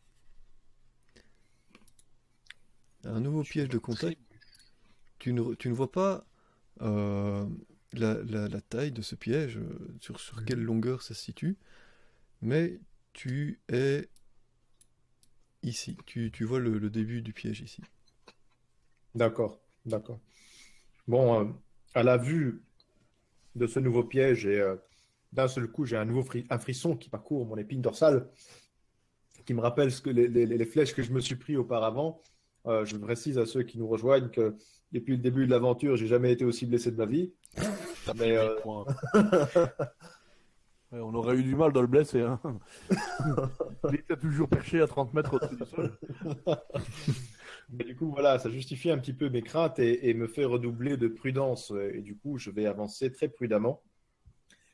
Un nouveau piège de contact. tu ne, tu ne vois pas euh, la, la- la taille de ce piège, euh, sur, sur quelle longueur ça se situe, mais tu es ici. Tu, tu vois le, le début du piège ici.
D'accord, d'accord. Bon, euh, à la vue de ce nouveau piège, et euh, d'un seul coup, j'ai un nouveau fri- un frisson qui parcourt mon épine dorsale, qui me rappelle ce que les, les- les flèches que je me suis pris auparavant. Euh, je précise à ceux qui nous rejoignent que depuis le début de l'aventure, j'ai jamais été aussi blessé de ma vie. Mais euh,
Ouais, on aurait eu du mal de le blesser. Hein. Il était toujours perché à 30 mètres au-dessus du sol.
Mais du coup, voilà, ça justifie un petit peu mes craintes et, et me fait redoubler de prudence. Et du coup, je vais avancer très prudemment.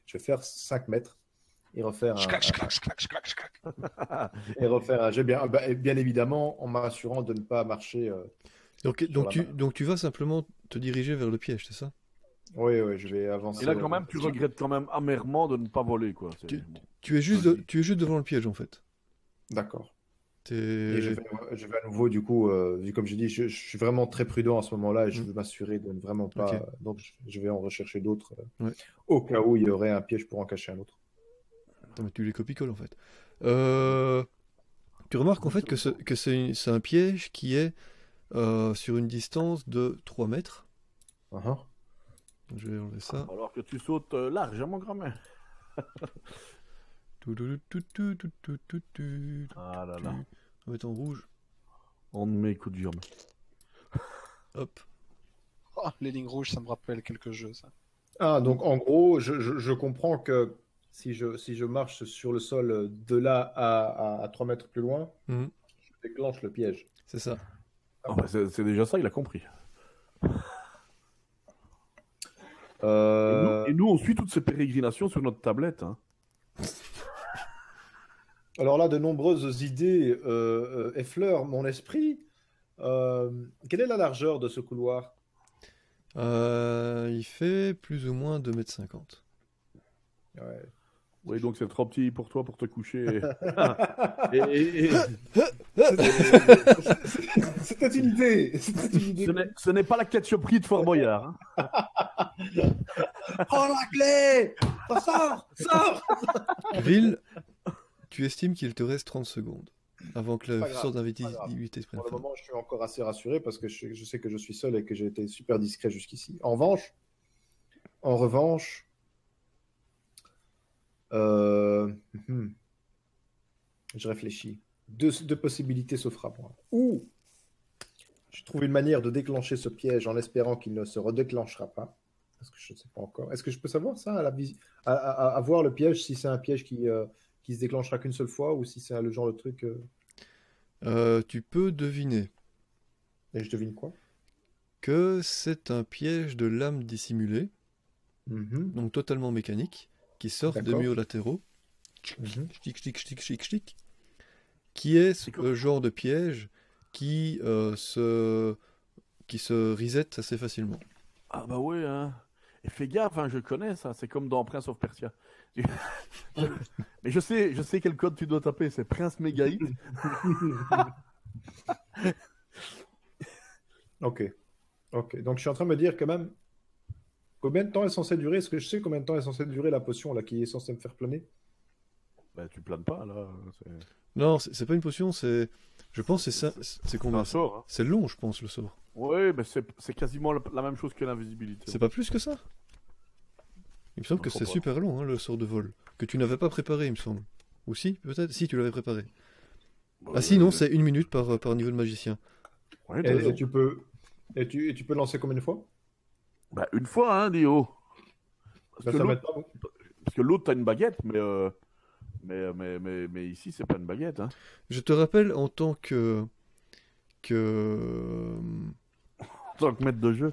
Je vais faire 5 mètres et refaire
Je
un,
claque, je claque, je claque, je claque, je claque.
et refaire un jet, bien, bah, et bien évidemment, en m'assurant de ne pas marcher. euh,
Donc,
Sur
donc,
la
tu,
barre.
donc tu vas simplement te diriger vers le piège, c'est ça
Oui, oui, je vais avancer. euh,
Et là, quand même, tu regrettes quand même amèrement de ne pas voler. quoi. C'est-
Tu-
bon.
tu es, juste de- tu es juste devant le piège en fait.
D'accord.
T'es-
Et je vais, je vais à nouveau, du coup, euh, vu comme je dis, je, je suis vraiment très prudent à ce moment-là et je veux m'assurer de ne vraiment pas.
Ok.
euh, donc, je- je vais en rechercher d'autres euh,
Ouais.
au cas où il y aurait un piège pour en cacher un autre.
Attends, mais tu les copies-colles en fait. Euh, tu remarques en fait que, ce- que c'est, c'est un piège qui est euh, sur une distance de 3 mètres.
Uh-huh.
Je vais enlever ça.
Alors que tu sautes euh, large, hein, mon grand-mère.
Tout, tout, tout, tout, tout, tout, tout, tout.
Ah là
là. On va mettre en rouge.
On met coup de jambe.
Hop.
Oh, les lignes rouges, ça me rappelle quelques jeux, ça.
Ah, donc en gros, je, je- je comprends que si je, si je marche sur le sol euh, de là à, à, à 3 mètres plus loin,
Mhm.
je déclenche le piège.
C'est ça.
Ah bah, c'est c'est déjà ça, il a compris. Et nous-
Euh,
Et, nous, on suit toutes ces pérégrinations sur notre tablette. hein.
Alors là, de nombreuses idées euh, euh, effleurent mon esprit. Euh, quelle est la largeur de ce couloir
Euh, il fait plus ou moins 2 mètres 50.
Ouais.
Oui, donc c'est trop petit pour toi pour te coucher. Et- et- et-
C'était une idée. C'était une idée.
ce n'est- ce n'est pas la ketchuperie de Fort Boyard. hein.
Prends la clé Sors Sors Ah.
Grill, tu estimes qu'il te reste 30 secondes avant que
Pas
le
grave,
sort
pas grave.
d'invisibilité se prenne
Pour le
fin.
moment, je suis encore assez rassuré parce que je, je sais que je suis seul et que j'ai été super discret jusqu'ici. En revanche, en revanche, euh, hmm, je réfléchis. Deux, deux possibilités s'offrent à moi. Ou je trouve une manière de déclencher ce piège en espérant qu'il ne se redéclenchera pas. Parce que je ne sais pas encore. Est-ce que je peux savoir ça à, la visi- à, à- à voir le piège si c'est un piège qui, euh, qui se déclenchera qu'une seule fois ou si c'est le genre de truc. euh,
Euh, tu peux deviner
Et je devine quoi
que c'est un piège de lame dissimulée,
Mhm,
donc totalement mécanique, qui sort des
D'accord.
murs latéraux,
mhm.
chtic, chtic, chtic, chtic, chtic, qui est ce
C'est comme-
euh, genre de piège qui, euh, se... qui se reset assez facilement.
Ah bah oui, hein. Et fais gaffe, hein, je connais ça, c'est comme dans Prince of Persia. Tu- Mais je sais, je sais quel code tu dois taper, c'est Prince Megaïd.
Ok. Ok. Donc je suis en train de me dire quand même combien de temps est censé durer. Est-ce que je sais combien de temps est censé durer la potion là qui est censée me faire planer
Bah tu planes pas là. C'est
Non, c'est c'est pas une potion, c'est. Je pense que c'est ça. C'est combien
un sort. Hein.
C'est long, je pense, le sort.
Oui, mais c'est c'est quasiment la, la même chose que l'invisibilité.
C'est pas plus que ça Il me semble
Je
que
crois
c'est
pas.
super long, hein, le sort de vol. Que tu n'avais pas préparé, il me semble. Ou si, peut-être Si, tu l'avais préparé. Ah si, non, c'est Eh, une minute par, euh, par niveau de magicien.
Bah, Ouais,
et,
t'as raison.
et tu peux et tu, et tu peux lancer combien de fois
Bah, une fois, hein, Dio. Parce,
Ben,
que
ça va
l'autre-
être pas bon.
parce que l'autre, t'as une baguette, mais, euh, mais, mais, mais, mais ici, c'est pas une baguette. Hein.
Je te rappelle, en tant que. que.
En tant que maître de jeu.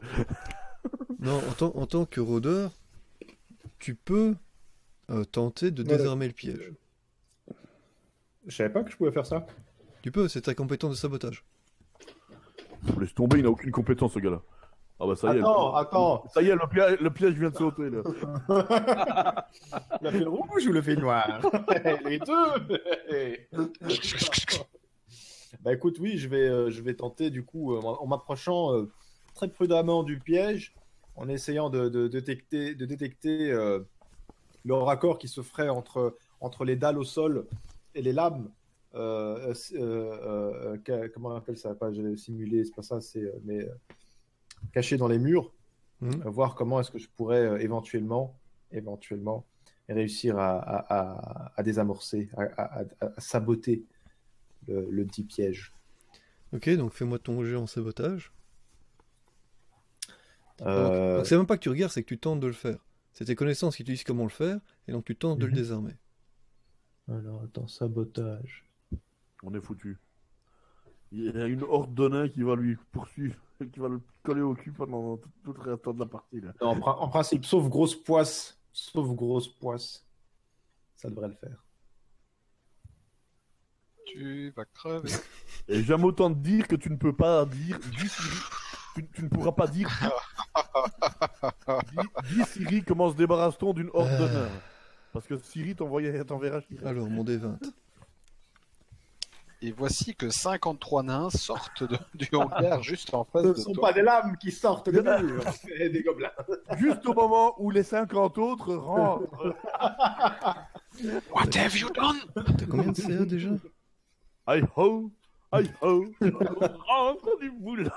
Non, en tant, en tant que rôdeur, tu peux euh, tenter de
Voilà.
désarmer le piège.
Je savais pas que je pouvais faire ça.
Tu peux, c'est ta compétence de sabotage.
Pff, Laisse tomber, il n'a aucune compétence, ce gars-là. Ah bah ça y est.
Attends,
le-
attends.
Ça y est, le piège, le piège vient de sauter. Là.
Le fait rouge ou le fait noir Les deux Bah écoute, oui, je vais, euh, je vais tenter du coup, euh, en en m'approchant euh, très prudemment du piège, en essayant de, de détecter, de détecter euh, le raccord qui se ferait entre, entre les dalles au sol et les lames. Euh, euh, c- euh, euh, euh, ca- comment on appelle ça Pas euh, simulé, c'est pas ça, c'est euh, mais euh, caché dans les murs.
Mhm.
Euh, voir comment est-ce que je pourrais euh, éventuellement, éventuellement et réussir à, à- à- à désamorcer, à, à- à- à saboter le, le petit piège.
Ok, donc fais-moi ton jet en sabotage.
Euh,
Donc c'est même pas que tu regardes, c'est que tu tentes de le faire. C'est tes connaissances qui te disent comment le faire, et donc tu tentes de le
Mhm.
désarmer.
Alors, attends, sabotage.
On est foutu. Il y a une horde de nains qui va lui poursuivre, et qui va le coller au cul pendant tout, tout le restant de la partie. Là.
Non, en, prin- en principe, sauf grosse poisse, sauf grosse poisse, ça devrait le faire.
Tu vas crever.
Et j'aime autant te dire que tu ne peux pas dire. Dis Siri. Tu, tu ne pourras pas dire. Dis, dis Siri, comment se débarrasse-t-on d'une horde de nains Parce que Siri t'envoyait- t'enverra chier.
Alors, mon D20.
Et voici que 53 nains sortent de- du hangar juste en face
Ce ne
de
Ah. sont
toi.
pas des lames qui sortent des murs, c'est des gobelins.
Juste au moment où les 50 autres rentrent.
What have you done
T'as combien de CA déjà
I ho Aïe, oh, rentre du boulot.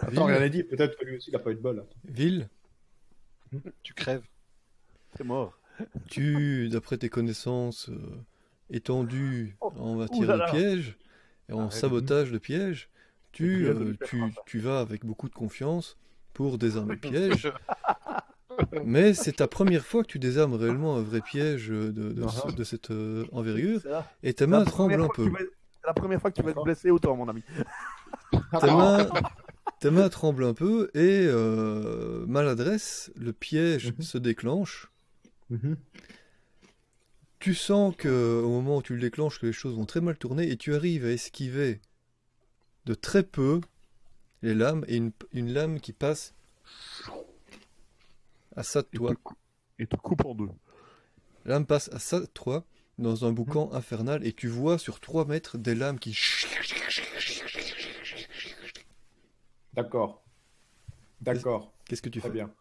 Attends, rien n'est dit. Peut-être que lui aussi, il a pas eu de bol.
Ville,
Tu crèves.
C'est mort.
tu, d'après tes connaissances euh, étendues
Oh,
en matière
là là.
de pièges et en
Arrête.
sabotage de pièges, tu,
bien de
euh,
le faire
tu-
par ça.
tu vas avec beaucoup de confiance pour désarmer le piège. Mais c'est ta première fois que tu désarmes réellement un vrai piège de, de, ce- de cette euh, envergure
C'est la-
et ta
la
main
première
tremble un
fois que
peu.
tu vas- C'est la première fois que tu vas te blesser autant, mon ami.
Ah,
Ta main, ta main tremble un peu et euh, maladresse, le piège
Mhm.
se déclenche.
Mm-hmm.
Tu sens que au moment où tu le déclenches, que les choses vont très mal tourner et tu arrives à esquiver de très peu les lames et une, une lame qui passe à ça de toi.
Et te coupe en deux.
La lame passe à ça de toi dans un
Mmh.
boucan infernal et tu vois sur 3 mètres des lames qui
D'accord. D'accord.
Qu'est-ce que tu
Très
fais
bien.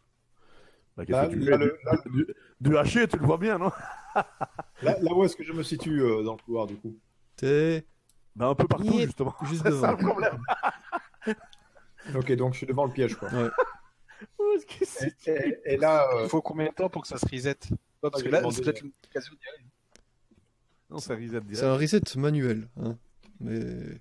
Bah,
Là,
qu'est-ce que tu
là,
fais
le- là-
du, du haché, tu le vois bien, non
là- là où est-ce que je me situe euh, dans le couloir, du coup
T'es
Bah, un peu partout,
Yep.
justement.
juste
C'est ça
devant.
le problème.
Ok, donc je suis devant le piège, quoi.
Où est-ce Oh, que c'est
Et, et- et là, euh,
Il faut combien de temps pour que ça se reset Parce que là, c'est peut-être une occasion d'y aller.
Non, ça reset direct.
C'est un reset manuel, hein. Mais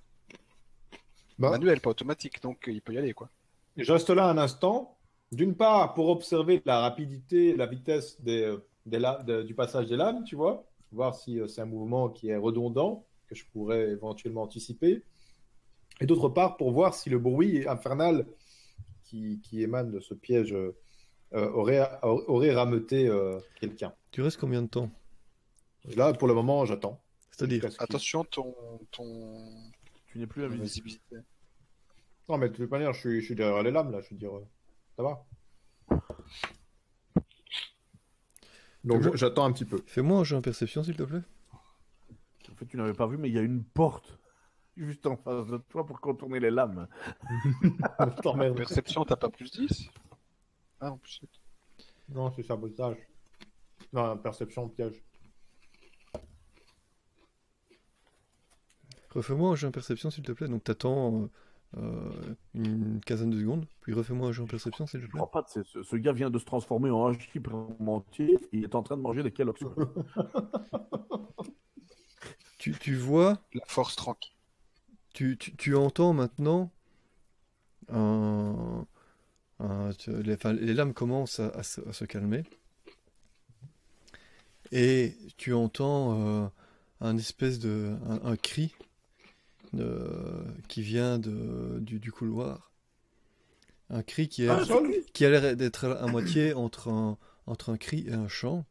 Hein
Manuel, pas automatique, donc euh, il peut y aller, quoi.
je reste là un instant. D'une part, pour observer la rapidité, la vitesse des, euh, des la- de- du passage des lames, tu vois, voir si euh, c'est un mouvement qui est redondant, que je pourrais éventuellement anticiper. Et d'autre part, pour voir si le bruit infernal qui, qui émane de ce piège euh, euh, aurait, aurait rameuté euh, quelqu'un.
tu restes combien de temps
Là, pour le moment, j'attends.
C'est-à-dire
Parce que-
Attention, ton, ton
Tu n'es plus
ton
invisible.
visibilité.
Non, mais de toute manière, je suis, je suis derrière les lames, là, je veux dire, euh, ça va. Donc,
Comment-
je- j'attends un petit peu.
Fais-moi un jeu en perception, s'il te plaît.
En fait, tu n'avais pas vu, mais il y a une porte juste en face de toi pour contourner les lames.
Attends, merde, merde.
Perception, t'as pas plus 10 Ah, en plus.
Non, c'est sabotage. Non, perception, piège.
Refais-moi un jeu en perception, s'il te plaît. Donc t'attends euh, euh, une quinzaine de secondes, puis refais-moi un jeu en perception, s'il te
Je
plaît.
crois pas, c'est- ce, ce gars vient de se transformer en hachis entier. Il est en train de manger des Kellogg's. quoi.
Tu, tu vois,
La force tranquille.
tu, tu, tu entends maintenant un, un- tu- les, enfin, les lames commencent à, à se, à se calmer. Et tu entends euh, un espèce de un, un cri euh, qui vient de, du, du couloir. Un cri
Ah,
qui est qui a l'air d'être à moitié entre un, entre un cri et un chant.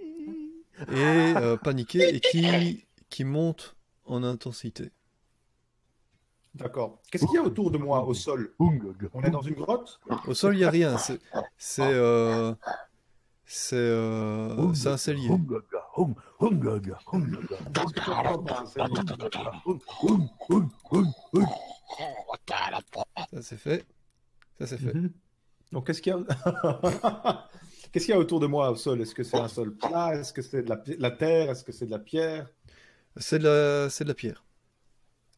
Et euh, paniqué et qui, qui monte en intensité.
D'accord. Qu'est-ce qu'il y a autour de moi, au sol
Oung.
On est dans une grotte
Au sol, il n'y a rien. C'est c'est euh, c'est euh, c'est un cellier.
Oung. Oung. Oung. Oung. Oung.
Qu'est-ce que tu entends par un cellier
Oung. Oung. Oung. Oung.
Ça, c'est fait. Ça, c'est fait.
Mhm. Donc, qu'est-ce qu'il y a Qu'est-ce qu'il y a autour de moi, au sol Est-ce que c'est un sol plat Est-ce que c'est de la, pi- la terre Est-ce que c'est de la pierre
C'est de, la- c'est de la pierre.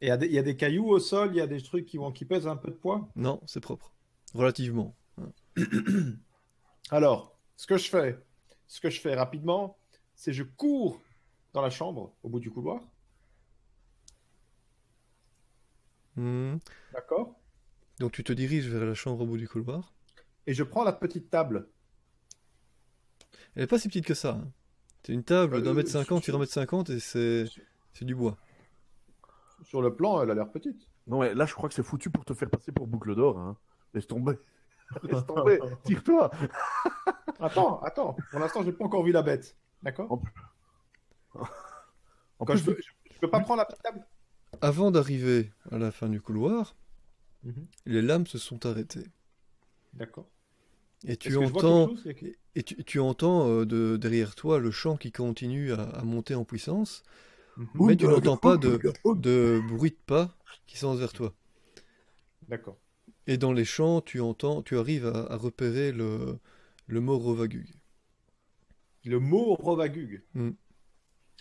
Et il y a des- il y a des cailloux au sol Il y a des trucs qui, vont, qui pèsent un peu de poids
Non, c'est propre. Relativement.
Alors, ce que je fais, ce que je fais rapidement, c'est je cours dans la chambre au bout du couloir,
Mhm.
d'accord
Donc, tu te diriges vers la chambre au bout du couloir.
Et je prends la petite table.
Elle n'est pas si petite que ça. hein. C'est une table
Euh,
d'un mètre
sur-
cinquante sur un mètre cinquante et c'est c'est du bois.
Sur le plan, elle a l'air petite.
Non, mais là, je crois que c'est foutu pour te faire passer pour boucle d'or. Hein. Laisse tomber. Laisse tomber. Tire-toi.
Attends, attends. Pour l'instant, j'ai pas encore vu la bête, d'accord
En En
Quand
plus,
je, peux, je- je peux pas prendre la petite table
Avant d'arriver à la fin du couloir,
Mhm.
les lames se sont arrêtées.
D'accord.
Et tu
Est-ce que je vois
entends,
quelque chose Il y a quelque-
et tu, tu entends euh, de, derrière toi le chant qui continue à, à monter en puissance,
Oung,
mais tu
Oung,
n'entends pas de,
euh.
Oung,
Oh.
Oung.
de bruit de pas qui sont vers toi.
D'accord.
Et dans les chants, tu entends, tu arrives à, à repérer le, le mot Rovagug.
le mot Rovagug.
Hmm.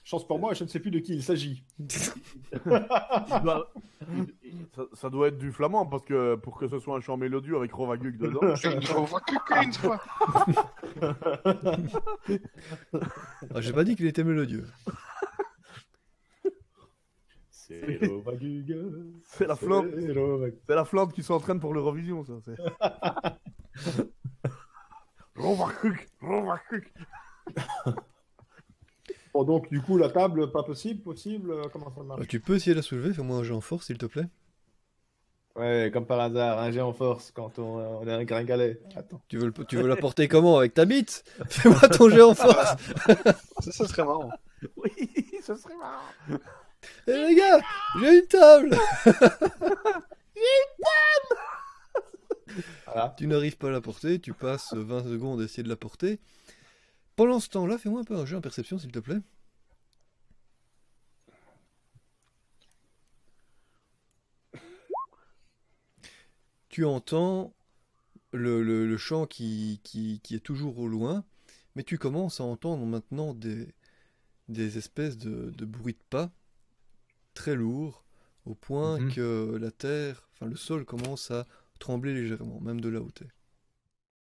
Chance pour moi, je ne sais plus de qui il s'agit.
Il doit- il- il- Ah. ça, ça doit être du flamand, parce que pour que ce soit un chant mélodieux avec Rovagug dedans.
Il ne revoit que qu'une fois.
Ah, J'ai pas dit qu'il était mélodieux.
C'est Rovagug.
C'est la Flandre, c'est la Flandre qui s'entraîne pour l'Eurovision, ça. c'est- Rovagug, Rovagug.
Bon, donc, du coup, la table, pas possible, possible, euh, comment ça
Ah,
marche
tu peux essayer de la soulever, fais-moi un jeu en force s'il te plaît.
Ouais, comme par hasard, un jet en force quand on, euh, on est un gringalet. Attends.
Tu veux, le- tu veux la porter comment Avec ta bite Fais-moi ton jeu en force
Ça, ça serait marrant.
Oui, ce serait marrant.
Eh les gars, j'ai une table
Voilà.
Tu n'arrives pas à la porter, tu passes 20 secondes à essayer de la porter. Pendant ce temps-là, fais-moi un peu un jeu en perception s'il te plaît. Tu entends le, le- le chant qui, qui- qui est toujours au loin, mais tu commences à entendre maintenant des, des espèces de, de bruits de pas très lourds, au point
Mhm.
que la terre, enfin le sol commence à trembler légèrement, même de la hauteur.